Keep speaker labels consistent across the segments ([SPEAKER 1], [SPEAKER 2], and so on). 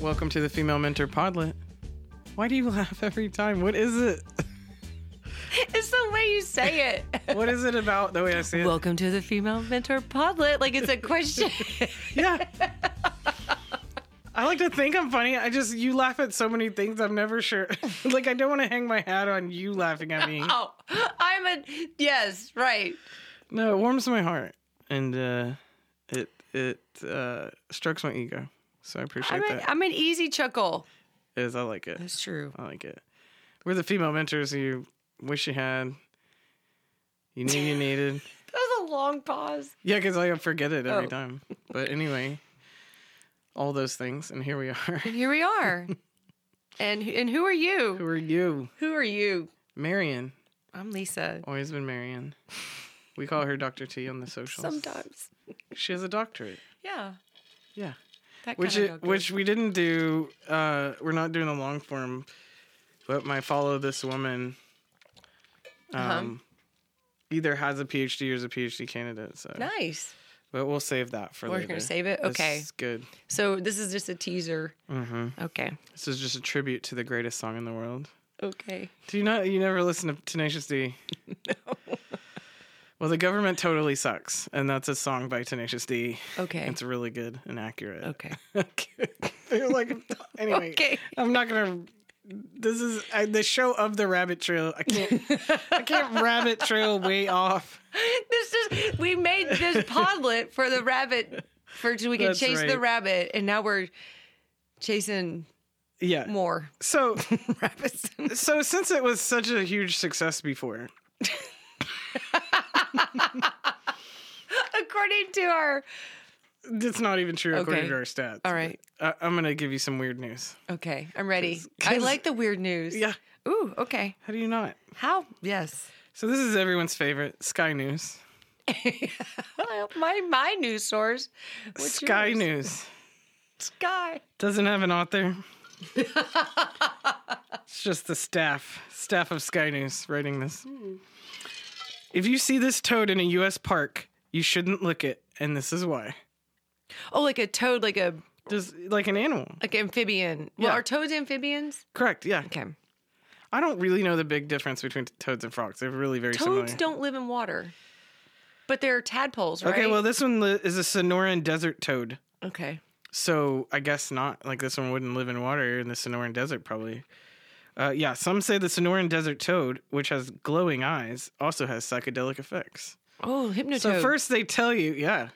[SPEAKER 1] Welcome to the Female Mentor Podlet. Why do you laugh every time? What is it?
[SPEAKER 2] It's the way you say it.
[SPEAKER 1] What is it about the way I say it?
[SPEAKER 2] Welcome to the Female Mentor Podlet. Like it's a question.
[SPEAKER 1] yeah. I like to think I'm funny. I just, you laugh at so many things. I'm never sure. like, I don't want to hang my hat on you laughing at me.
[SPEAKER 2] oh, I'm a yes, right.
[SPEAKER 1] No, it warms my heart and uh, it, it uh, strokes my ego. So I appreciate
[SPEAKER 2] I'm, a,
[SPEAKER 1] that.
[SPEAKER 2] I'm an easy chuckle.
[SPEAKER 1] It is, I like it.
[SPEAKER 2] That's true.
[SPEAKER 1] I like it. We're the female mentors you wish you had, you knew you needed.
[SPEAKER 2] That was a long pause.
[SPEAKER 1] Yeah, because I forget it every
[SPEAKER 2] Oh.
[SPEAKER 1] time. But anyway, all those things, and here we are.
[SPEAKER 2] And here we are. and and who are you?
[SPEAKER 1] Who are you,
[SPEAKER 2] Who are you?
[SPEAKER 1] Marion?
[SPEAKER 2] I'm Lisa.
[SPEAKER 1] Always been Marion. We call her Doctor T on the socials.
[SPEAKER 2] Sometimes.
[SPEAKER 1] she has a doctorate.
[SPEAKER 2] Yeah.
[SPEAKER 1] Yeah,
[SPEAKER 2] That
[SPEAKER 1] which
[SPEAKER 2] kinda
[SPEAKER 1] it,
[SPEAKER 2] go
[SPEAKER 1] which we didn't do. Uh, we're not doing the long form, but my follow this woman.
[SPEAKER 2] Uh-huh.
[SPEAKER 1] Um, Either has a PhD or is a PhD candidate. So,
[SPEAKER 2] good. nice.
[SPEAKER 1] but we'll save that for
[SPEAKER 2] We're
[SPEAKER 1] later.
[SPEAKER 2] gonna save it?
[SPEAKER 1] This
[SPEAKER 2] Okay.
[SPEAKER 1] is good.
[SPEAKER 2] So this is just a teaser. Mm-hmm. Okay.
[SPEAKER 1] This is just a tribute to the greatest song in the world.
[SPEAKER 2] Okay.
[SPEAKER 1] Do you not? You never listen to Tenacious D? no. Well, the government totally sucks, and that's a song by Tenacious D.
[SPEAKER 2] Okay.
[SPEAKER 1] It's really good and accurate.
[SPEAKER 2] Okay.
[SPEAKER 1] Okay. You're like, anyway.
[SPEAKER 2] Okay.
[SPEAKER 1] I'm not gonna. This is I, the show of the rabbit trail. I can't. I can't rabbit trail way off.
[SPEAKER 2] this is we made this podlet for the rabbit for so we can
[SPEAKER 1] That's
[SPEAKER 2] chase the
[SPEAKER 1] right.
[SPEAKER 2] rabbit and now we're chasing
[SPEAKER 1] Yeah.
[SPEAKER 2] more
[SPEAKER 1] So,
[SPEAKER 2] rabbits.
[SPEAKER 1] so since it was such a huge success before,
[SPEAKER 2] According to our
[SPEAKER 1] it's not even true according
[SPEAKER 2] Okay.
[SPEAKER 1] to our stats.
[SPEAKER 2] All right.
[SPEAKER 1] I, I'm gonna give you some weird news.
[SPEAKER 2] Okay, I'm ready.
[SPEAKER 1] 'Cause-
[SPEAKER 2] I like the weird news.
[SPEAKER 1] Yeah.
[SPEAKER 2] Ooh, okay.
[SPEAKER 1] How do you not?
[SPEAKER 2] How? Yes.
[SPEAKER 1] So this is everyone's favorite Sky News.
[SPEAKER 2] my my news source. What's
[SPEAKER 1] Sky
[SPEAKER 2] yours?
[SPEAKER 1] News
[SPEAKER 2] Sky.
[SPEAKER 1] doesn't have an author. it's just the staff, staff of Sky News writing this.
[SPEAKER 2] Hmm.
[SPEAKER 1] If you see this toad in a U.S. park, you shouldn't lick it, and this is why.
[SPEAKER 2] Oh, like a toad, like a
[SPEAKER 1] Just like an animal,
[SPEAKER 2] like amphibian. Well,
[SPEAKER 1] Yeah.
[SPEAKER 2] are toads amphibians?
[SPEAKER 1] correct? Yeah.
[SPEAKER 2] Okay.
[SPEAKER 1] I don't really know the big difference between toads and frogs. They're really very similar.
[SPEAKER 2] Toads don't live in water, but they're tadpoles, right?
[SPEAKER 1] Okay, well this one li- is a Sonoran desert toad.
[SPEAKER 2] okay.
[SPEAKER 1] So I guess not. Like this one wouldn't live in water in the Sonoran Desert, probably. Uh, yeah, some say the Sonoran Desert toad, which has glowing eyes, also has psychedelic effects.
[SPEAKER 2] Oh, hypnotoad.
[SPEAKER 1] So first they tell you, yeah,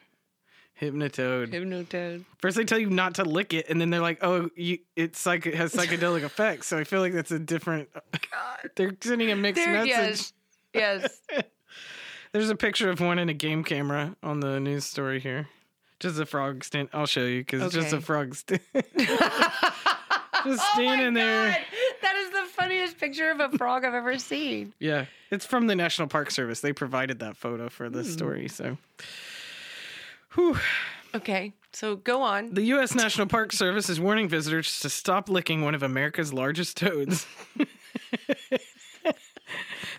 [SPEAKER 1] hypnotoad.
[SPEAKER 2] hypnotoad.
[SPEAKER 1] First they tell you not to lick it, and then they're like, oh, you, it's like it has psychedelic effects. So I feel like that's a different. they're sending a mixed
[SPEAKER 2] There,
[SPEAKER 1] message.
[SPEAKER 2] yes, yes.
[SPEAKER 1] There's a picture of one in a game camera on the news story here. Just a frog stand. I'll show you because it's just a
[SPEAKER 2] Okay.
[SPEAKER 1] frog stand. just standing
[SPEAKER 2] oh my
[SPEAKER 1] there.
[SPEAKER 2] God. That is the funniest picture of a frog I've ever seen.
[SPEAKER 1] Yeah, it's from the National Park Service. They provided that photo for this
[SPEAKER 2] Hmm.
[SPEAKER 1] story. So, Whew.
[SPEAKER 2] Okay, so go on.
[SPEAKER 1] the U.S. National Park Service is warning visitors to stop licking one of America's largest toads.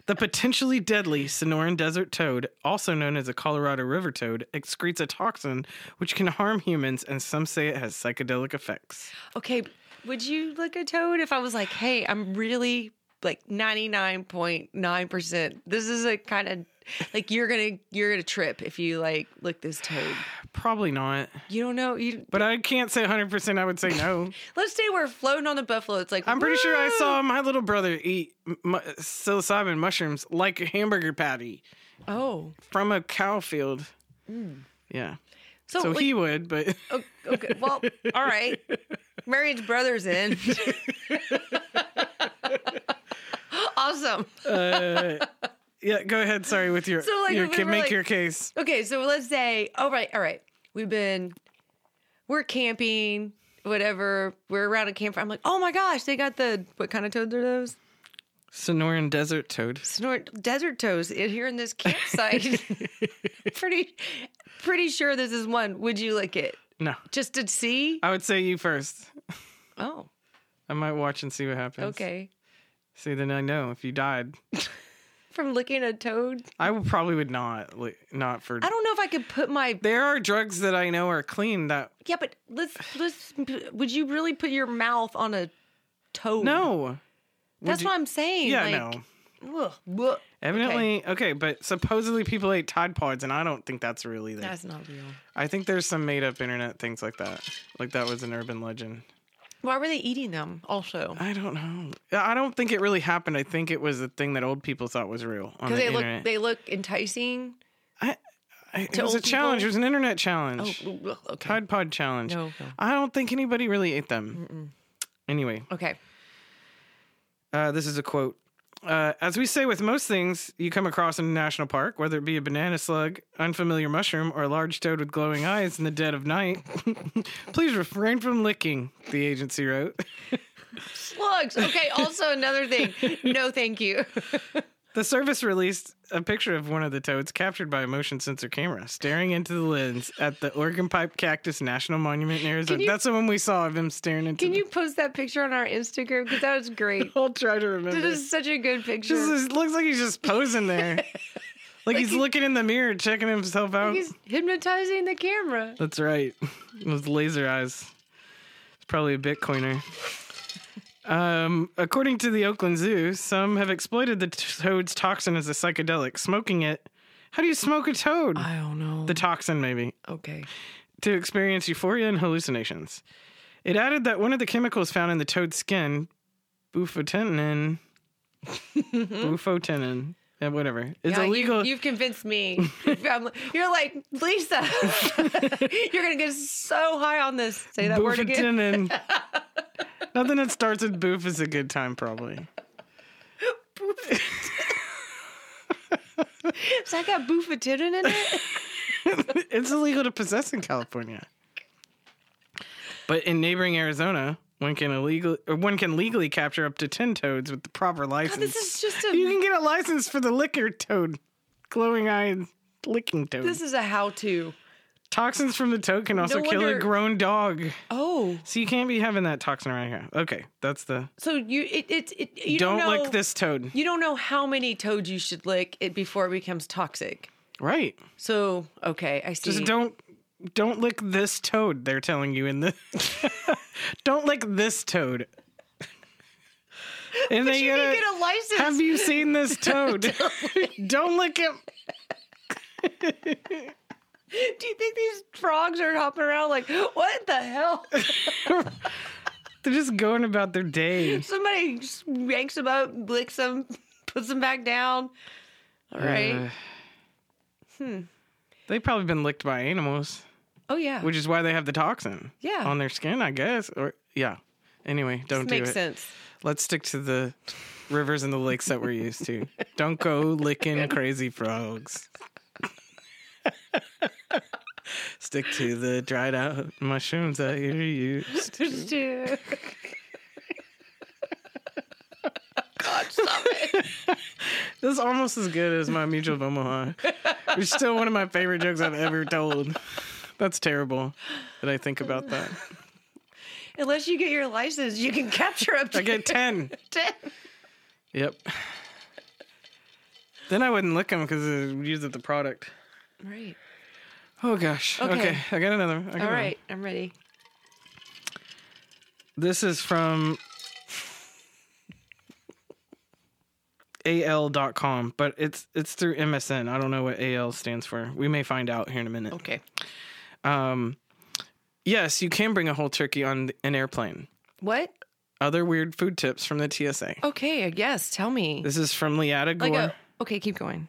[SPEAKER 1] the potentially deadly Sonoran Desert toad, also known as a Colorado river toad, excretes a toxin which can harm humans, and some say it has psychedelic effects.
[SPEAKER 2] Okay, would you lick a toad if I was like, hey, I'm really like 99.9%. This is a kind of like you're gonna you're gonna trip if you like lick this toad.
[SPEAKER 1] Probably not,
[SPEAKER 2] You don't know. You
[SPEAKER 1] but I can't say 100%. I would say no.
[SPEAKER 2] let's say we're floating on the buffalo. It's like
[SPEAKER 1] I'm pretty sure I
[SPEAKER 2] "Woo!"
[SPEAKER 1] saw my little brother eat m- mu- psilocybin mushrooms like a hamburger patty
[SPEAKER 2] Oh,
[SPEAKER 1] from a cow field. Mm. Yeah.
[SPEAKER 2] so,
[SPEAKER 1] so
[SPEAKER 2] like,
[SPEAKER 1] he would, but
[SPEAKER 2] o- Oh, okay. Well, all right. Marion's brother's in. awesome.
[SPEAKER 1] yeah, go ahead. Sorry, with your,
[SPEAKER 2] So, like,
[SPEAKER 1] your
[SPEAKER 2] if we
[SPEAKER 1] ca-
[SPEAKER 2] were,
[SPEAKER 1] make
[SPEAKER 2] like-
[SPEAKER 1] your case.
[SPEAKER 2] Okay, so let's say, all right, all right, we've been, we're camping, whatever, we're around a campfire. I'm like, oh my gosh, they got the, what kind of toads are those?
[SPEAKER 1] Sonoran desert toad.
[SPEAKER 2] Snort desert toads in here in this campsite. pretty, pretty sure this is one. Would you lick it?
[SPEAKER 1] No,
[SPEAKER 2] Just to see?
[SPEAKER 1] I would say you first.
[SPEAKER 2] Oh,
[SPEAKER 1] I might watch and see what happens.
[SPEAKER 2] okay.
[SPEAKER 1] See, then I know if you died.
[SPEAKER 2] from licking a toad?
[SPEAKER 1] I would probably would not li- not for.
[SPEAKER 2] I don't know if I could put my
[SPEAKER 1] There are drugs that I know are clean that
[SPEAKER 2] yeah, but let's let's. Would you really put your mouth on a toad?
[SPEAKER 1] no. Would
[SPEAKER 2] that's
[SPEAKER 1] you-
[SPEAKER 2] what I'm saying.
[SPEAKER 1] Yeah,
[SPEAKER 2] like,
[SPEAKER 1] no.
[SPEAKER 2] no. Ugh, bleh.
[SPEAKER 1] Evidently, okay. but supposedly people ate Tide Pods, and I don't think that's real either.
[SPEAKER 2] that's not real.
[SPEAKER 1] I think there's some made up internet things like that. Like that was an urban legend.
[SPEAKER 2] Why were they eating them? Also,
[SPEAKER 1] I don't know. I don't think it really happened. I think it was a thing that old people thought was real on
[SPEAKER 2] because
[SPEAKER 1] the
[SPEAKER 2] they
[SPEAKER 1] internet.
[SPEAKER 2] look they look enticing.
[SPEAKER 1] I- it
[SPEAKER 2] to
[SPEAKER 1] was a
[SPEAKER 2] old people-
[SPEAKER 1] challenge. It was an internet
[SPEAKER 2] Oh,
[SPEAKER 1] challenge.
[SPEAKER 2] ugh, okay.
[SPEAKER 1] Tide Pod challenge.
[SPEAKER 2] No, no.
[SPEAKER 1] I don't think anybody really ate them.
[SPEAKER 2] Mm-mm.
[SPEAKER 1] Anyway,
[SPEAKER 2] Okay.
[SPEAKER 1] Uh, this is a quote. Uh, as we say with most things you come across in a national park, whether it be a banana slug, unfamiliar mushroom, or a large toad with glowing eyes in the dead of night, please refrain from licking, the agency wrote.
[SPEAKER 2] Slugs. Okay. Also, another thing. No, thank you.
[SPEAKER 1] The service released a picture of one of the toads captured by a motion sensor camera, staring into the lens at the Oregon Pipe Cactus National Monument in Arizona.
[SPEAKER 2] you-
[SPEAKER 1] That's the one we saw of him staring into
[SPEAKER 2] Can
[SPEAKER 1] the-
[SPEAKER 2] you post that picture on our Instagram? Because that was great.
[SPEAKER 1] I'll try to remember.
[SPEAKER 2] This is such a good picture.
[SPEAKER 1] Just, it looks like he's just posing there. like, he's
[SPEAKER 2] he-
[SPEAKER 1] looking in the mirror, checking himself out.
[SPEAKER 2] He's hypnotizing the camera.
[SPEAKER 1] That's right. With laser eyes. It's probably a Bitcoiner. Um, according to the Oakland Zoo, some have exploited the toad's toxin as a psychedelic, smoking it. How do you smoke a toad?
[SPEAKER 2] I don't know.
[SPEAKER 1] The toxin, maybe,
[SPEAKER 2] okay.
[SPEAKER 1] to experience euphoria and hallucinations. It added that one of the chemicals found in the toad's skin, bufotenin, bufotenin, and whatever, is
[SPEAKER 2] Yeah,
[SPEAKER 1] illegal.
[SPEAKER 2] You, you've convinced me. If I'm- you're like Lisa. you're gonna get so high on this. Say that word again.
[SPEAKER 1] bufotenin. Nothing that starts with boof is a good time, probably.
[SPEAKER 2] Does that got bufotenin in it?
[SPEAKER 1] it's illegal to possess in California. But in neighboring Arizona, one can illegal or one can legally capture up to ten toads with the proper license.
[SPEAKER 2] this is just
[SPEAKER 1] you
[SPEAKER 2] a.
[SPEAKER 1] can get a license for the liquor toad, glowing eyed licking toad.
[SPEAKER 2] This is a how-to.
[SPEAKER 1] Toxins from the toad can also kill a
[SPEAKER 2] wonder-
[SPEAKER 1] grown dog.
[SPEAKER 2] Oh,
[SPEAKER 1] So you can't be having that toxin around here. Okay, that's the
[SPEAKER 2] so you it it, it you
[SPEAKER 1] don't,
[SPEAKER 2] don't, know,
[SPEAKER 1] lick this toad.
[SPEAKER 2] You don't know how many toads you should lick it before it becomes toxic.
[SPEAKER 1] Right.
[SPEAKER 2] So okay, I see.
[SPEAKER 1] Just don't don't lick this toad. They're telling you in the don't lick this toad. And
[SPEAKER 2] but
[SPEAKER 1] they
[SPEAKER 2] you
[SPEAKER 1] gotta-
[SPEAKER 2] can get a license.
[SPEAKER 1] have you seen this toad? don't lick him.
[SPEAKER 2] Do you think these frogs are hopping around like what the hell?
[SPEAKER 1] They're just going about their day.
[SPEAKER 2] Somebody just yanks them up, licks them, puts them back down. All right. Hmm.
[SPEAKER 1] Uh, They've probably been licked by animals,
[SPEAKER 2] oh yeah.
[SPEAKER 1] which is why they have the toxin.
[SPEAKER 2] Yeah.
[SPEAKER 1] On their skin, I guess. Or yeah. Anyway, don't do
[SPEAKER 2] makes
[SPEAKER 1] it.
[SPEAKER 2] sense.
[SPEAKER 1] Let's stick to the rivers and the lakes that we're used to. Don't go licking crazy frogs. stick to the dried out mushrooms that you're used.
[SPEAKER 2] Just do. God, stop it.
[SPEAKER 1] This is almost as good as my Mutual of Omaha. It's still one of my favorite jokes I've ever told. That's terrible that I think about that.
[SPEAKER 2] Unless you get your license, you can capture up to
[SPEAKER 1] I get 10.
[SPEAKER 2] 10.
[SPEAKER 1] Yep. Then I wouldn't lick them because I would use it the product.
[SPEAKER 2] Right.
[SPEAKER 1] Oh gosh. Okay.
[SPEAKER 2] Okay.
[SPEAKER 1] I got another. one. I got
[SPEAKER 2] All
[SPEAKER 1] another one.
[SPEAKER 2] right. I'm ready.
[SPEAKER 1] This is from al.com, but it's it's through MSN. I don't know what AL stands for. We may find out here in a minute.
[SPEAKER 2] Okay.
[SPEAKER 1] Um yes, you can bring a whole turkey on an airplane.
[SPEAKER 2] What?
[SPEAKER 1] Other weird food tips from the TSA.
[SPEAKER 2] Okay. Yes. Tell me.
[SPEAKER 1] This is from Leada
[SPEAKER 2] Like
[SPEAKER 1] Gore.
[SPEAKER 2] a, okay. Keep going.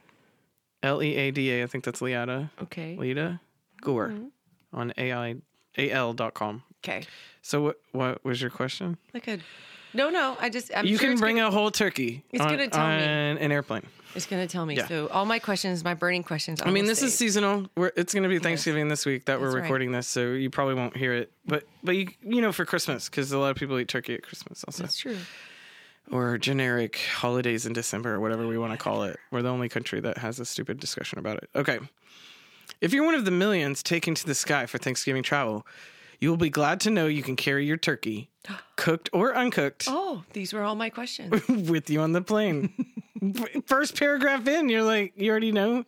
[SPEAKER 1] L E A D A. I think that's Leada.
[SPEAKER 2] Okay.
[SPEAKER 1] Leada Gore
[SPEAKER 2] Mm-hmm.
[SPEAKER 1] on AI al.com.
[SPEAKER 2] Okay.
[SPEAKER 1] So what what was your question?
[SPEAKER 2] Like a. No, no. I just. I'm
[SPEAKER 1] you
[SPEAKER 2] sure
[SPEAKER 1] can
[SPEAKER 2] it's
[SPEAKER 1] bring
[SPEAKER 2] gonna,
[SPEAKER 1] a whole turkey
[SPEAKER 2] It's
[SPEAKER 1] on,
[SPEAKER 2] gonna tell me.
[SPEAKER 1] on an airplane.
[SPEAKER 2] It's going to tell me.
[SPEAKER 1] Yeah.
[SPEAKER 2] So all my questions, my burning questions.
[SPEAKER 1] I mean, this is seasonal. We're, it's going to be Thanksgiving this week that
[SPEAKER 2] That's
[SPEAKER 1] we're
[SPEAKER 2] right.
[SPEAKER 1] recording this, so you probably won't hear it. But but you you know for Christmas because a lot of people eat turkey at Christmas also,
[SPEAKER 2] That's true.
[SPEAKER 1] or generic holidays in December or whatever we want to call it. We're the only country that has a stupid discussion about it. Okay, if you're one of the millions taken to the sky for Thanksgiving travel, You will be glad to know you can carry your turkey, cooked or uncooked,
[SPEAKER 2] Oh, these were all my questions.
[SPEAKER 1] with you on the plane. First paragraph in, you're like, you already know.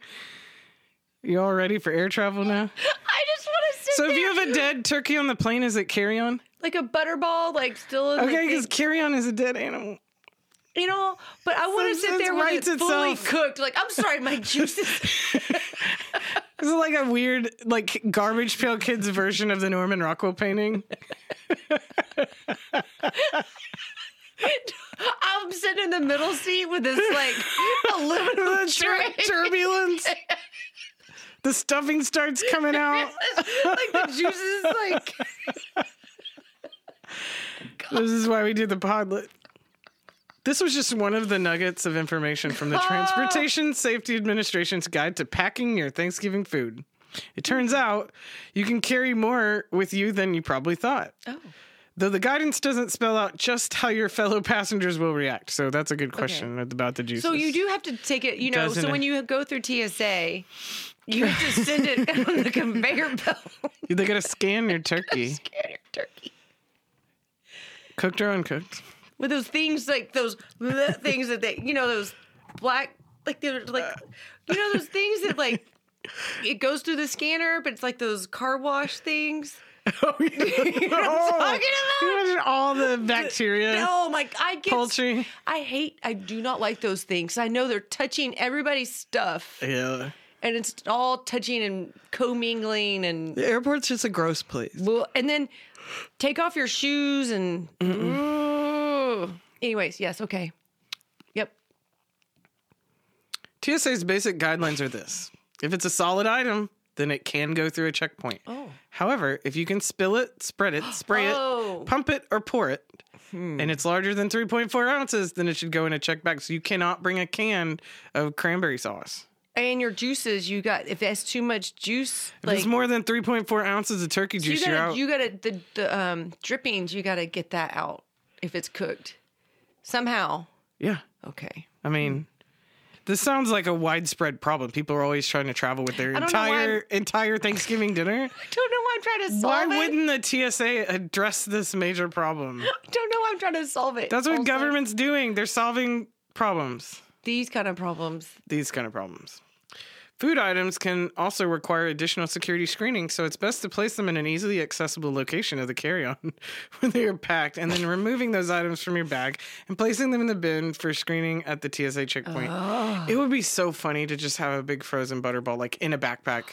[SPEAKER 1] You all ready for air travel now?
[SPEAKER 2] I just want to sit
[SPEAKER 1] So if
[SPEAKER 2] there
[SPEAKER 1] you have a dead turkey on the plane, is it carry on?
[SPEAKER 2] like a butterball, like still. in the
[SPEAKER 1] Okay,
[SPEAKER 2] thing.
[SPEAKER 1] because carry on is a dead animal.
[SPEAKER 2] you know, but I want to
[SPEAKER 1] Since
[SPEAKER 2] sit
[SPEAKER 1] it
[SPEAKER 2] there when
[SPEAKER 1] writes
[SPEAKER 2] it's fully
[SPEAKER 1] itself.
[SPEAKER 2] cooked. Like, I'm sorry, my juices.
[SPEAKER 1] This is like a weird, like garbage pail kids version of the Norman Rockwell painting.
[SPEAKER 2] I'm sitting in the middle seat with this like aluminum
[SPEAKER 1] The
[SPEAKER 2] tray.
[SPEAKER 1] tur- turbulence. The stuffing starts coming out.
[SPEAKER 2] like the juices, like
[SPEAKER 1] This is why we do the podlet. This was just one of the nuggets of information from
[SPEAKER 2] Oh.
[SPEAKER 1] the Transportation Safety Administration's Guide to Packing Your Thanksgiving Food. It turns
[SPEAKER 2] Mm-hmm.
[SPEAKER 1] out you can carry more with you than you probably thought.
[SPEAKER 2] oh,
[SPEAKER 1] Though the guidance doesn't spell out just how your fellow passengers will react. So that's a good question about the juices.
[SPEAKER 2] so you do have to take it. You know,
[SPEAKER 1] Doesn't
[SPEAKER 2] so
[SPEAKER 1] it-
[SPEAKER 2] when you go through TSA, you have to send it on the conveyor belt.
[SPEAKER 1] They gotta scan your turkey,
[SPEAKER 2] Scan your turkey.
[SPEAKER 1] cooked or uncooked.
[SPEAKER 2] with those things like those bleh things that they you know those black like they're like you know those things that like it goes through the scanner but it's like those car wash things
[SPEAKER 1] Oh, you know
[SPEAKER 2] what I'm talking about?
[SPEAKER 1] Imagine all the bacteria,
[SPEAKER 2] oh my i get
[SPEAKER 1] Uh, poultry.
[SPEAKER 2] i hate i do not like those things i know they're touching everybody's stuff
[SPEAKER 1] Yeah,
[SPEAKER 2] and it's all touching and commingling and
[SPEAKER 1] the airport's just a gross place.
[SPEAKER 2] well and then take off your shoes and Ooh. anyways yes okay yep
[SPEAKER 1] TSA's basic guidelines are this: if it's a solid item, then it can go through a checkpoint.
[SPEAKER 2] oh
[SPEAKER 1] However, if you can spill it, spread it, spray
[SPEAKER 2] Oh. Hmm.
[SPEAKER 1] it, pump it, or pour it, and it's larger than 3.4 ounces, then it should go in a check bag. So you cannot bring a can of cranberry sauce.
[SPEAKER 2] And your juices, you got if that's too much juice,
[SPEAKER 1] If
[SPEAKER 2] like
[SPEAKER 1] it's more than 3.4 ounces of turkey
[SPEAKER 2] you
[SPEAKER 1] juice, you're
[SPEAKER 2] gotta
[SPEAKER 1] out.
[SPEAKER 2] you gotta the, the um drippings, you gotta get that out if it's cooked. Somehow.
[SPEAKER 1] yeah.
[SPEAKER 2] Okay.
[SPEAKER 1] I mean, this sounds like a widespread problem. People are always trying to travel with their
[SPEAKER 2] I don't know why
[SPEAKER 1] entire entire Thanksgiving dinner.
[SPEAKER 2] I don't know why I'm trying to
[SPEAKER 1] Why
[SPEAKER 2] solve it.
[SPEAKER 1] wouldn't the TSA address this major problem?
[SPEAKER 2] I don't know why I'm trying to solve it.
[SPEAKER 1] That's what
[SPEAKER 2] Also,
[SPEAKER 1] government's doing. They're solving problems.
[SPEAKER 2] these kind of problems.
[SPEAKER 1] These kind of problems. Food items can also require additional security screening, so it's best to place them in an easily accessible location of the carry-on when they are packed, and then removing those items from your bag and placing them in the bin for screening at the TSA checkpoint.
[SPEAKER 2] Oh.
[SPEAKER 1] It would be so funny to just have a big frozen butterball like in a backpack,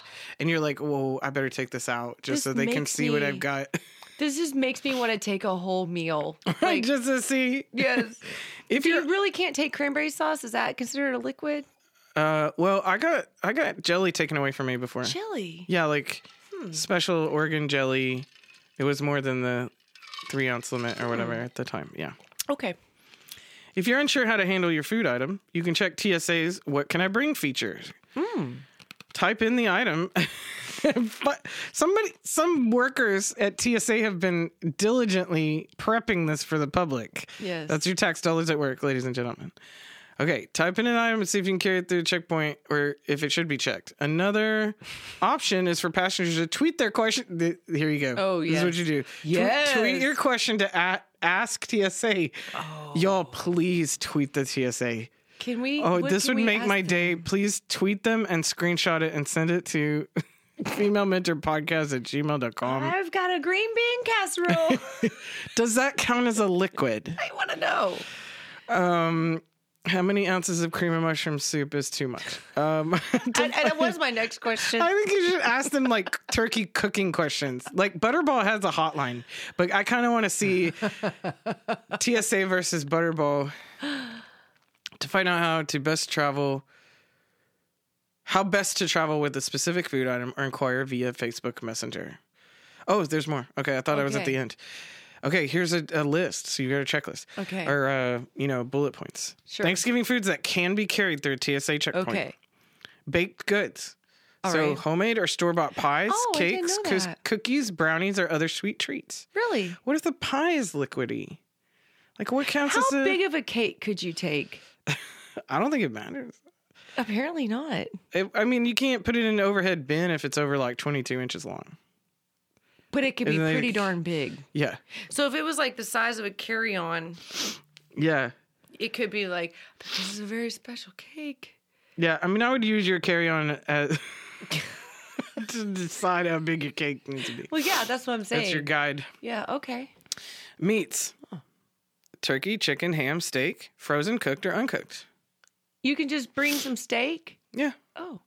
[SPEAKER 1] and you're like, "Whoa, I better take this out just
[SPEAKER 2] This
[SPEAKER 1] so they can
[SPEAKER 2] makes
[SPEAKER 1] see what
[SPEAKER 2] me-
[SPEAKER 1] I've got."
[SPEAKER 2] This just makes me want to take a whole meal.
[SPEAKER 1] Like,
[SPEAKER 2] Like
[SPEAKER 1] just to see
[SPEAKER 2] yes.
[SPEAKER 1] if
[SPEAKER 2] You
[SPEAKER 1] you're.
[SPEAKER 2] really can't take cranberry sauce. Is that considered a liquid?
[SPEAKER 1] Uh, well, I got I got jelly taken away from me before.
[SPEAKER 2] Chili.
[SPEAKER 1] Yeah, like special Oregon jelly. It was more than the three ounce limit or whatever at the time. Yeah.
[SPEAKER 2] Okay.
[SPEAKER 1] If you're unsure how to handle your food item, you can check TSA's What Can I Bring feature.
[SPEAKER 2] Hmm.
[SPEAKER 1] Type in the item. but somebody, some workers at TSA have been diligently prepping this for the public.
[SPEAKER 2] Yes.
[SPEAKER 1] That's your tax dollars at work, ladies and gentlemen. Okay, type in an item and see if you can carry it through a checkpoint or if it should be checked. Another option is for passengers to tweet their question. th- Here you go.
[SPEAKER 2] Oh,
[SPEAKER 1] This is what you do. Tw-
[SPEAKER 2] Yes. Oh.
[SPEAKER 1] Tweet your question to at, ask TSA. Y'all, please tweet the TSA.
[SPEAKER 2] Can we
[SPEAKER 1] Oh,
[SPEAKER 2] what
[SPEAKER 1] this
[SPEAKER 2] can
[SPEAKER 1] would
[SPEAKER 2] we
[SPEAKER 1] make
[SPEAKER 2] ask
[SPEAKER 1] my
[SPEAKER 2] them?
[SPEAKER 1] day. Please tweet them and screenshot it and send it to female mentor podcast at gmail.com.
[SPEAKER 2] I've got a green bean casserole.
[SPEAKER 1] Does that count as a liquid?
[SPEAKER 2] I want to know.
[SPEAKER 1] How many ounces of cream of mushroom soup is too much? Um,
[SPEAKER 2] And, and that was my next question.
[SPEAKER 1] I think you should ask them like turkey cooking questions. Like Butterball has a hotline, but I kind of want to see TSA versus Butterball to find out how to best travel, how best to travel with a specific food item, or inquire via Facebook Messenger. Oh, there's more. Okay, I thought I was at
[SPEAKER 2] Okay.
[SPEAKER 1] the end. Okay, here's a, a list. So you got a checklist.
[SPEAKER 2] Okay.
[SPEAKER 1] Or, uh, you know, bullet points.
[SPEAKER 2] Sure.
[SPEAKER 1] Thanksgiving foods that can be carried through a TSA checkpoint
[SPEAKER 2] Okay.
[SPEAKER 1] baked goods.
[SPEAKER 2] All
[SPEAKER 1] so
[SPEAKER 2] right.
[SPEAKER 1] homemade or store bought pies,
[SPEAKER 2] Oh, I didn't
[SPEAKER 1] cakes,
[SPEAKER 2] know
[SPEAKER 1] cous-
[SPEAKER 2] that.
[SPEAKER 1] cookies, brownies, or other sweet treats.
[SPEAKER 2] Really?
[SPEAKER 1] What if the pie is liquidy? Like what counts
[SPEAKER 2] How
[SPEAKER 1] as a?
[SPEAKER 2] big of a cake could you take?
[SPEAKER 1] I don't think it matters.
[SPEAKER 2] Apparently not.
[SPEAKER 1] It- I mean, you can't put it in an overhead bin if it's over like twenty-two inches long.
[SPEAKER 2] but it could be
[SPEAKER 1] Isn't it-
[SPEAKER 2] pretty darn big.
[SPEAKER 1] Yeah.
[SPEAKER 2] So if it was like the size of a carry on,
[SPEAKER 1] Yeah.
[SPEAKER 2] it could be like, this is a very special cake.
[SPEAKER 1] Yeah. I mean, I would use your carry on as to decide how big your cake needs to be.
[SPEAKER 2] Well, yeah, that's what I'm saying.
[SPEAKER 1] That's your guide.
[SPEAKER 2] yeah, okay.
[SPEAKER 1] Meats turkey, chicken, ham, steak, frozen, cooked, or uncooked.
[SPEAKER 2] You can just bring some steak.
[SPEAKER 1] Yeah.
[SPEAKER 2] Oh.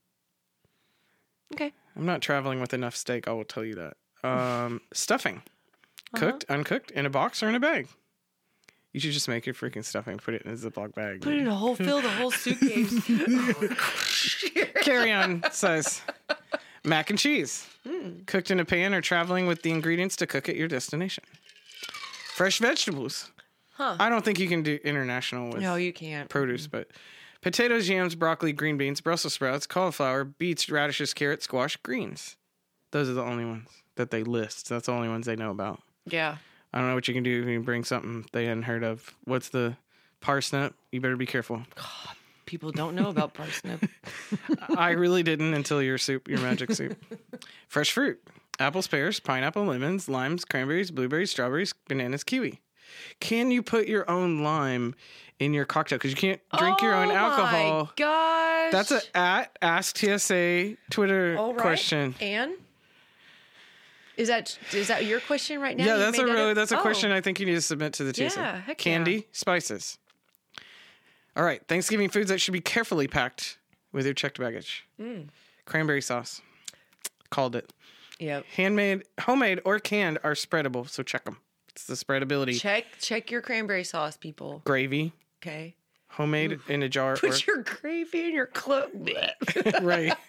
[SPEAKER 2] Okay.
[SPEAKER 1] I'm not traveling with enough steak, I will tell you that. Um, stuffing.
[SPEAKER 2] Uh-huh.
[SPEAKER 1] Cooked, uncooked, in a box or in a bag. You should just make your freaking stuffing, put it in a Ziploc bag.
[SPEAKER 2] Put it in a whole, fill the whole suitcase.
[SPEAKER 1] Carry on says mac and cheese.
[SPEAKER 2] Hmm.
[SPEAKER 1] Cooked in a pan or traveling with the ingredients to cook at your destination. Fresh vegetables.
[SPEAKER 2] Huh.
[SPEAKER 1] I don't think you can do international with
[SPEAKER 2] no, you can't.
[SPEAKER 1] produce, but potatoes, yams, broccoli, green beans, Brussels sprouts, cauliflower, beets, radishes, carrots, squash, greens. Those are the only ones that they list. That's the only ones they know about.
[SPEAKER 2] Yeah.
[SPEAKER 1] I don't know what you can do if you bring something they hadn't heard of. What's the parsnip? You better be careful.
[SPEAKER 2] People don't know about parsnip.
[SPEAKER 1] I really didn't until your soup, your magic soup. Fresh fruit. Apples, pears, pineapple, lemons, limes, cranberries, blueberries, strawberries, bananas, kiwi. Can you put your own lime in your cocktail? Because you can't drink your own
[SPEAKER 2] Oh my
[SPEAKER 1] alcohol.
[SPEAKER 2] gosh.
[SPEAKER 1] That's a at ask TSA Twitter
[SPEAKER 2] All right.
[SPEAKER 1] question.
[SPEAKER 2] And is that is that your question right now?
[SPEAKER 1] Yeah,
[SPEAKER 2] You
[SPEAKER 1] that's a
[SPEAKER 2] made that
[SPEAKER 1] really
[SPEAKER 2] up?
[SPEAKER 1] that's a
[SPEAKER 2] Oh.
[SPEAKER 1] question I think you need to submit to the TSA.
[SPEAKER 2] Yeah, heck yeah.
[SPEAKER 1] Candy, spices. All right, Thanksgiving foods that should be carefully packed with your checked baggage.
[SPEAKER 2] Mm.
[SPEAKER 1] Cranberry sauce, called it.
[SPEAKER 2] Yep.
[SPEAKER 1] Handmade, homemade, or canned are spreadable, so check them. It's the spreadability.
[SPEAKER 2] Check check your cranberry sauce, people.
[SPEAKER 1] Gravy,
[SPEAKER 2] Okay.
[SPEAKER 1] homemade in a jar. or-
[SPEAKER 2] Put your gravy in your clothes.
[SPEAKER 1] right.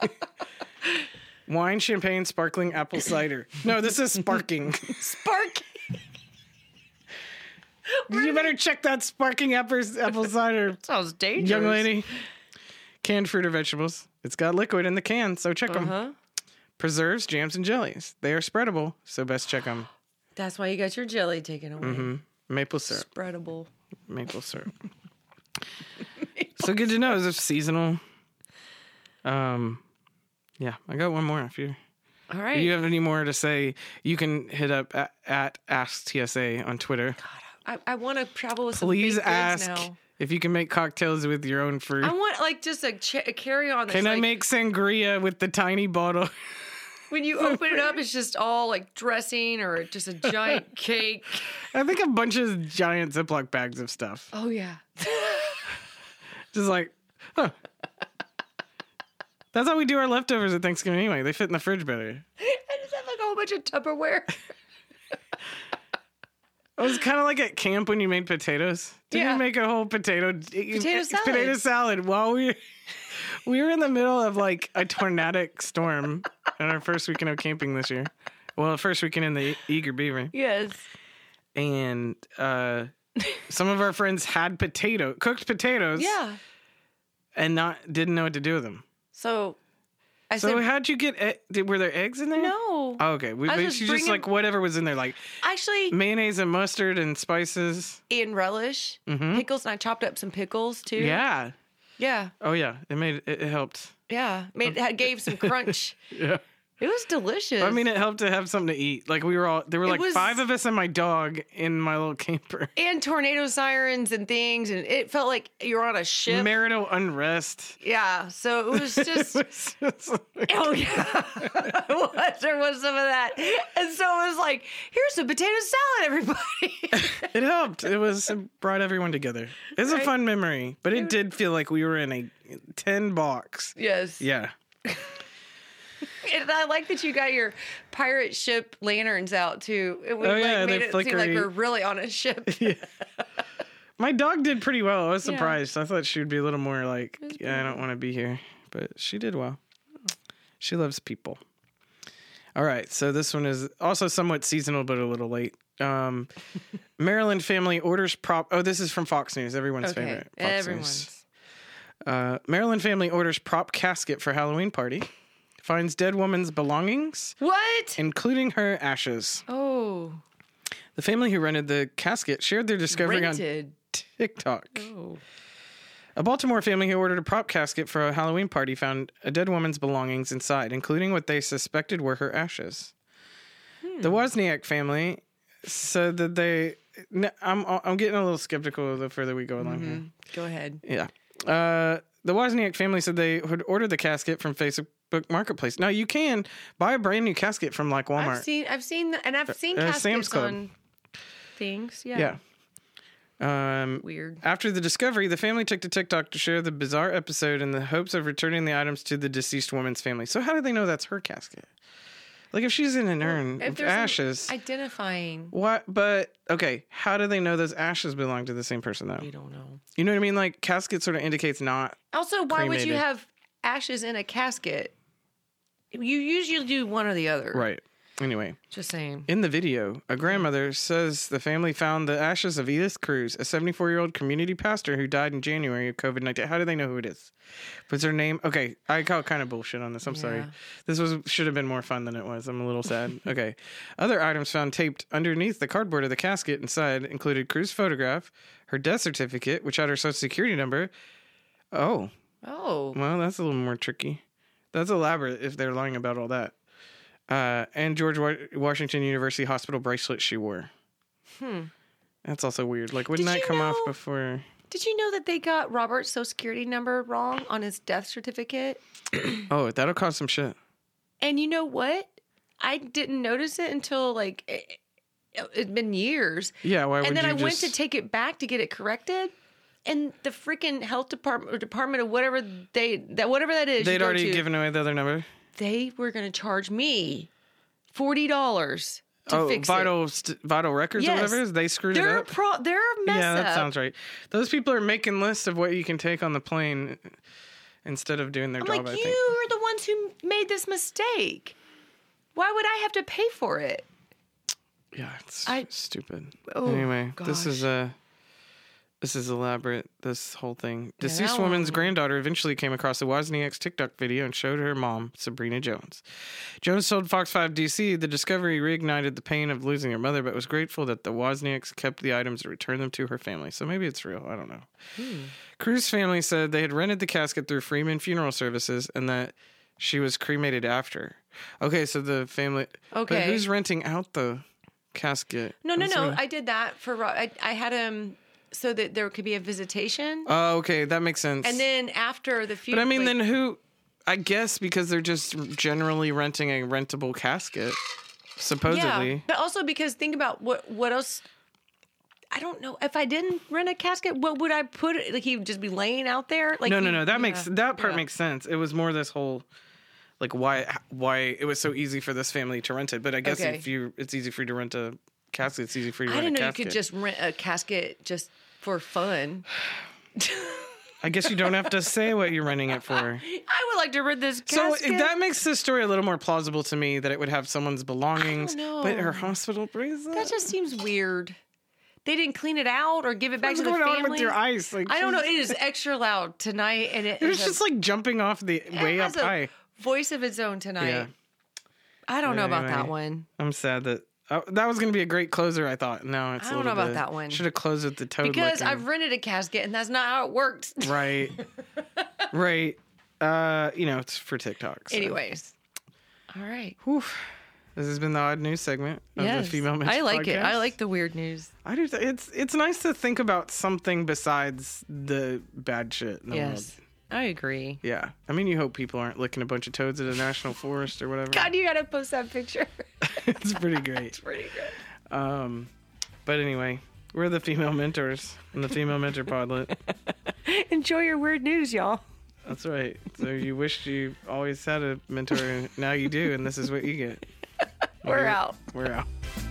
[SPEAKER 1] Wine, champagne, sparkling apple cider. No, this is sparking.
[SPEAKER 2] Spark.
[SPEAKER 1] you better check that sparking apple, apple cider
[SPEAKER 2] Sounds dangerous.
[SPEAKER 1] Young lady, canned fruit or vegetables. It's got liquid in the can, so check them.
[SPEAKER 2] Uh-huh.
[SPEAKER 1] Preserves, jams, and jellies. They are spreadable, so best check them.
[SPEAKER 2] That's why you got your jelly taken away.
[SPEAKER 1] Mm-hmm. Maple syrup.
[SPEAKER 2] Spreadable.
[SPEAKER 1] Maple syrup. so good to know. Is it seasonal? Um, yeah, I got one more. If you
[SPEAKER 2] All
[SPEAKER 1] if
[SPEAKER 2] right.
[SPEAKER 1] you have any more to say, you can hit up at, at Ask TSA on Twitter.
[SPEAKER 2] I, I want to travel with
[SPEAKER 1] Please
[SPEAKER 2] some big
[SPEAKER 1] ask
[SPEAKER 2] goods now.
[SPEAKER 1] if you can make cocktails with your own fruit.
[SPEAKER 2] I want like just a, ch- a carry on.
[SPEAKER 1] can I make sangria with the tiny bottle?
[SPEAKER 2] when you open it up? It's just all like dressing or just a giant cake.
[SPEAKER 1] I think a bunch of giant Ziploc bags of stuff.
[SPEAKER 2] Oh yeah.
[SPEAKER 1] Just like, huh. That's how we do our leftovers at Thanksgiving anyway. They fit in the fridge better.
[SPEAKER 2] I just have like a whole bunch of Tupperware.
[SPEAKER 1] It was kind of like at camp when you made potatoes. Did
[SPEAKER 2] Yeah.
[SPEAKER 1] you make a whole potato eh,
[SPEAKER 2] Potato salad.
[SPEAKER 1] Potato salad while we we were in the middle of like a tornadic storm on our first weekend of camping this year. Well, first weekend in the E, Eager Beaver.
[SPEAKER 2] Yes.
[SPEAKER 1] And uh some of our friends had potato cooked potatoes
[SPEAKER 2] Yeah.
[SPEAKER 1] and not didn't know what to do with them.
[SPEAKER 2] So I
[SPEAKER 1] So
[SPEAKER 2] said
[SPEAKER 1] how'd you get? e- Did were there eggs in there?
[SPEAKER 2] no.
[SPEAKER 1] Oh, okay, we,
[SPEAKER 2] I was
[SPEAKER 1] we-
[SPEAKER 2] just
[SPEAKER 1] she just
[SPEAKER 2] bringing-
[SPEAKER 1] like whatever was in there, like
[SPEAKER 2] Actually,
[SPEAKER 1] mayonnaise and mustard and spices.
[SPEAKER 2] in relish,
[SPEAKER 1] Mm-hmm.
[SPEAKER 2] pickles, and I chopped up some pickles too.
[SPEAKER 1] Yeah.
[SPEAKER 2] Yeah.
[SPEAKER 1] Oh yeah. It made it, it helped.
[SPEAKER 2] Yeah. Made it gave some crunch.
[SPEAKER 1] Yeah.
[SPEAKER 2] Oh. It was delicious.
[SPEAKER 1] I mean, it helped to have something to eat. Like we were all there were
[SPEAKER 2] It
[SPEAKER 1] like
[SPEAKER 2] was-
[SPEAKER 1] five of us and my dog in my little camper.
[SPEAKER 2] and tornado sirens and things, and it felt like you're on a ship.
[SPEAKER 1] Marital unrest.
[SPEAKER 2] yeah. So it was just.
[SPEAKER 1] It
[SPEAKER 2] Oh yeah, It was, there was some of that, and so it was like, here's some potato salad, everybody.
[SPEAKER 1] helped. It was it brought everyone together. It's a
[SPEAKER 2] Right.
[SPEAKER 1] fun memory, but it did feel like we were in a tin box.
[SPEAKER 2] yes,
[SPEAKER 1] Yeah.
[SPEAKER 2] and I like that you got your pirate ship lanterns out too. It would,
[SPEAKER 1] Oh,
[SPEAKER 2] like,
[SPEAKER 1] yeah,
[SPEAKER 2] made
[SPEAKER 1] they
[SPEAKER 2] it seem like
[SPEAKER 1] flickery.
[SPEAKER 2] we're really on a ship.
[SPEAKER 1] My dog did pretty well. I was
[SPEAKER 2] Yeah.
[SPEAKER 1] surprised. I thought she would be a little more like, yeah, I don't want to be here. But she did well. She loves people. All right. So this one is also somewhat seasonal, but a little late. Um, Maryland family orders prop. Oh, this is from Fox News. Everyone's
[SPEAKER 2] Okay,
[SPEAKER 1] favorite. Fox News.
[SPEAKER 2] everyone's.
[SPEAKER 1] Uh, Maryland family orders prop casket for Halloween party, finds dead woman's belongings,
[SPEAKER 2] What?
[SPEAKER 1] including her ashes.
[SPEAKER 2] Oh,
[SPEAKER 1] The family who rented the casket shared their discovery
[SPEAKER 2] rented.
[SPEAKER 1] on TikTok.
[SPEAKER 2] Oh,
[SPEAKER 1] A Baltimore family who ordered a prop casket for a Halloween party found a dead woman's belongings inside, including what they suspected were her ashes.
[SPEAKER 2] Hmm.
[SPEAKER 1] The Wozniak family said that they. No, I'm I'm getting a little skeptical the further we go along here.
[SPEAKER 2] Go ahead.
[SPEAKER 1] Yeah.
[SPEAKER 2] Mm-hmm.
[SPEAKER 1] Uh, the Wozniak family said they had ordered the casket from Facebook Marketplace. Now you can buy a brand new casket from like Walmart.
[SPEAKER 2] I've seen, I've seen, and I've seen
[SPEAKER 1] uh,
[SPEAKER 2] caskets
[SPEAKER 1] Sam's Club.
[SPEAKER 2] on things. Yeah.
[SPEAKER 1] yeah. Um,
[SPEAKER 2] Weird.
[SPEAKER 1] after the discovery, the family took to TikTok to share the bizarre episode in the hopes of returning the items to the deceased woman's family. So how do they know that's her casket? Like if she's in an urn
[SPEAKER 2] If
[SPEAKER 1] of
[SPEAKER 2] there's an
[SPEAKER 1] ashes,
[SPEAKER 2] identifying.
[SPEAKER 1] what? But okay, how do they know those ashes belong to the same person though?
[SPEAKER 2] We don't know.
[SPEAKER 1] You know what I mean? Like casket sort of indicates not
[SPEAKER 2] Also, why would you
[SPEAKER 1] Cremated.
[SPEAKER 2] have ashes in a casket? You usually do one or the other.
[SPEAKER 1] right. Anyway,
[SPEAKER 2] Just saying.
[SPEAKER 1] In the video, a grandmother says the family found the ashes of Edith Cruz, a 74 year old community pastor who died in January of COVID 19. How do they know who it is? Was her name? Okay, I call kind of bullshit on this. I'm sorry.
[SPEAKER 2] Yeah.
[SPEAKER 1] This was should have been more fun than it was. I'm a little sad. okay. Other items found taped underneath the cardboard of the casket inside included Cruz's photograph, her death certificate, which had her social security number. Oh,
[SPEAKER 2] Oh,
[SPEAKER 1] well, that's a little more tricky. That's elaborate if they're lying about all that. Uh, and George Wa- Washington University Hospital bracelet she wore.
[SPEAKER 2] Hmm.
[SPEAKER 1] That's also weird. Like, wouldn't
[SPEAKER 2] Did
[SPEAKER 1] that
[SPEAKER 2] you
[SPEAKER 1] come off
[SPEAKER 2] know-
[SPEAKER 1] before?
[SPEAKER 2] did you know that they got Robert's social security number wrong on his death certificate?
[SPEAKER 1] Oh, that'll cause some shit.
[SPEAKER 2] And you know what? I didn't notice it until like it, it'd been years.
[SPEAKER 1] Yeah, why would
[SPEAKER 2] and then
[SPEAKER 1] you
[SPEAKER 2] I went
[SPEAKER 1] just...
[SPEAKER 2] to take it back to get it corrected. And the freaking health department or department of whatever they that whatever that is you
[SPEAKER 1] They'd
[SPEAKER 2] go
[SPEAKER 1] already
[SPEAKER 2] to,
[SPEAKER 1] given away the other number.
[SPEAKER 2] they were going to charge me forty dollars to
[SPEAKER 1] Oh,
[SPEAKER 2] fix it.
[SPEAKER 1] vital st- vital records or
[SPEAKER 2] Yes.
[SPEAKER 1] whatever. it is, They screwed
[SPEAKER 2] They're
[SPEAKER 1] it
[SPEAKER 2] a
[SPEAKER 1] up.
[SPEAKER 2] pro. They're a mess
[SPEAKER 1] Yeah, that
[SPEAKER 2] up.
[SPEAKER 1] sounds right. Those people are making lists of what you can take on the plane instead of doing their
[SPEAKER 2] I'm
[SPEAKER 1] job.
[SPEAKER 2] like,
[SPEAKER 1] I
[SPEAKER 2] you
[SPEAKER 1] think.
[SPEAKER 2] are the ones who made this mistake. Why would I have to pay for it?
[SPEAKER 1] Yeah, it's
[SPEAKER 2] I-
[SPEAKER 1] stupid.
[SPEAKER 2] Oh,
[SPEAKER 1] anyway, this is
[SPEAKER 2] gosh.
[SPEAKER 1] a this is elaborate. This whole thing. Deceased
[SPEAKER 2] that
[SPEAKER 1] woman's
[SPEAKER 2] one-
[SPEAKER 1] granddaughter eventually came across the Wozniak's TikTok video and showed her mom, Sabrina Jones. Jones told Fox 5 DC the discovery reignited the pain of losing her mother, but was grateful that the Wozniaks kept the items and returned them to her family. So maybe it's real. I don't know.
[SPEAKER 2] Hmm.
[SPEAKER 1] Cruz family said they had rented the casket through Freeman Funeral Services and that she was cremated after. Okay, so the family. But
[SPEAKER 2] Okay.
[SPEAKER 1] who's renting out the casket?
[SPEAKER 2] No, no,
[SPEAKER 1] That's
[SPEAKER 2] no.
[SPEAKER 1] what-
[SPEAKER 2] I did that for. Ro- I, I had him so that there could be a visitation,
[SPEAKER 1] Oh, okay, that makes sense.
[SPEAKER 2] and then after the few.
[SPEAKER 1] but I mean,
[SPEAKER 2] like-
[SPEAKER 1] then who? I guess because they're just generally renting a rentable casket, supposedly.
[SPEAKER 2] Yeah, but also because think about what what else. I don't know if I didn't rent a casket, what would I put? it- Like he would just be laying out there. Like
[SPEAKER 1] No, no,
[SPEAKER 2] he-
[SPEAKER 1] no. That
[SPEAKER 2] yeah,
[SPEAKER 1] makes that part
[SPEAKER 2] yeah.
[SPEAKER 1] makes sense. It was more this whole, like why why it was so easy for this family to rent it. But I guess
[SPEAKER 2] Okay.
[SPEAKER 1] if you, it's easy for you to rent a casket. It's easy for you. To
[SPEAKER 2] I
[SPEAKER 1] rent
[SPEAKER 2] didn't
[SPEAKER 1] a
[SPEAKER 2] know you
[SPEAKER 1] casket.
[SPEAKER 2] could just rent a casket just for fun.
[SPEAKER 1] I guess you don't have to say what you're renting it for.
[SPEAKER 2] I would like to rent this
[SPEAKER 1] So
[SPEAKER 2] casket.
[SPEAKER 1] it- that makes this story a little more plausible to me that it would have someone's belongings, but her
[SPEAKER 2] know.
[SPEAKER 1] hospital bracelet.
[SPEAKER 2] That just seems weird. They didn't clean it out or give it back
[SPEAKER 1] What's
[SPEAKER 2] to the
[SPEAKER 1] going
[SPEAKER 2] family.
[SPEAKER 1] on with your eyes? Like
[SPEAKER 2] I don't know.
[SPEAKER 1] she's-
[SPEAKER 2] It is extra loud tonight, and it
[SPEAKER 1] It
[SPEAKER 2] is
[SPEAKER 1] was just like jumping off the
[SPEAKER 2] a,
[SPEAKER 1] way
[SPEAKER 2] it
[SPEAKER 1] up
[SPEAKER 2] has a
[SPEAKER 1] high.
[SPEAKER 2] voice of its own tonight.
[SPEAKER 1] Yeah.
[SPEAKER 2] I don't know about that
[SPEAKER 1] Anyway.
[SPEAKER 2] one.
[SPEAKER 1] I'm sad that uh, that was going to be a great closer. I thought. No, it's.
[SPEAKER 2] I don't know about that one.
[SPEAKER 1] Should have closed with the toad.
[SPEAKER 2] Because
[SPEAKER 1] looking.
[SPEAKER 2] I've rented a casket, and that's not how it worked.
[SPEAKER 1] right, right. Uh, you know, it's for TikTok. so.
[SPEAKER 2] Anyways, all right.
[SPEAKER 1] Whew. this has been the odd news segment of the female. Mitch
[SPEAKER 2] I like it. I
[SPEAKER 1] podcast.
[SPEAKER 2] like the weird news.
[SPEAKER 1] I do. th- It's it's nice to think about something besides the bad shit in the world.
[SPEAKER 2] Yes, I agree.
[SPEAKER 1] Yeah, I mean, you hope people aren't licking a bunch of toads at a national forest or whatever.
[SPEAKER 2] God, you gotta post that picture.
[SPEAKER 1] it's pretty great.
[SPEAKER 2] it's pretty good.
[SPEAKER 1] Um, but anyway, we're the female mentors and the female mentor podlet.
[SPEAKER 2] Enjoy your weird news, y'all.
[SPEAKER 1] That's right. So you wished you always had a mentor, and now you do, and this is what you get.
[SPEAKER 2] We're out.
[SPEAKER 1] We're out.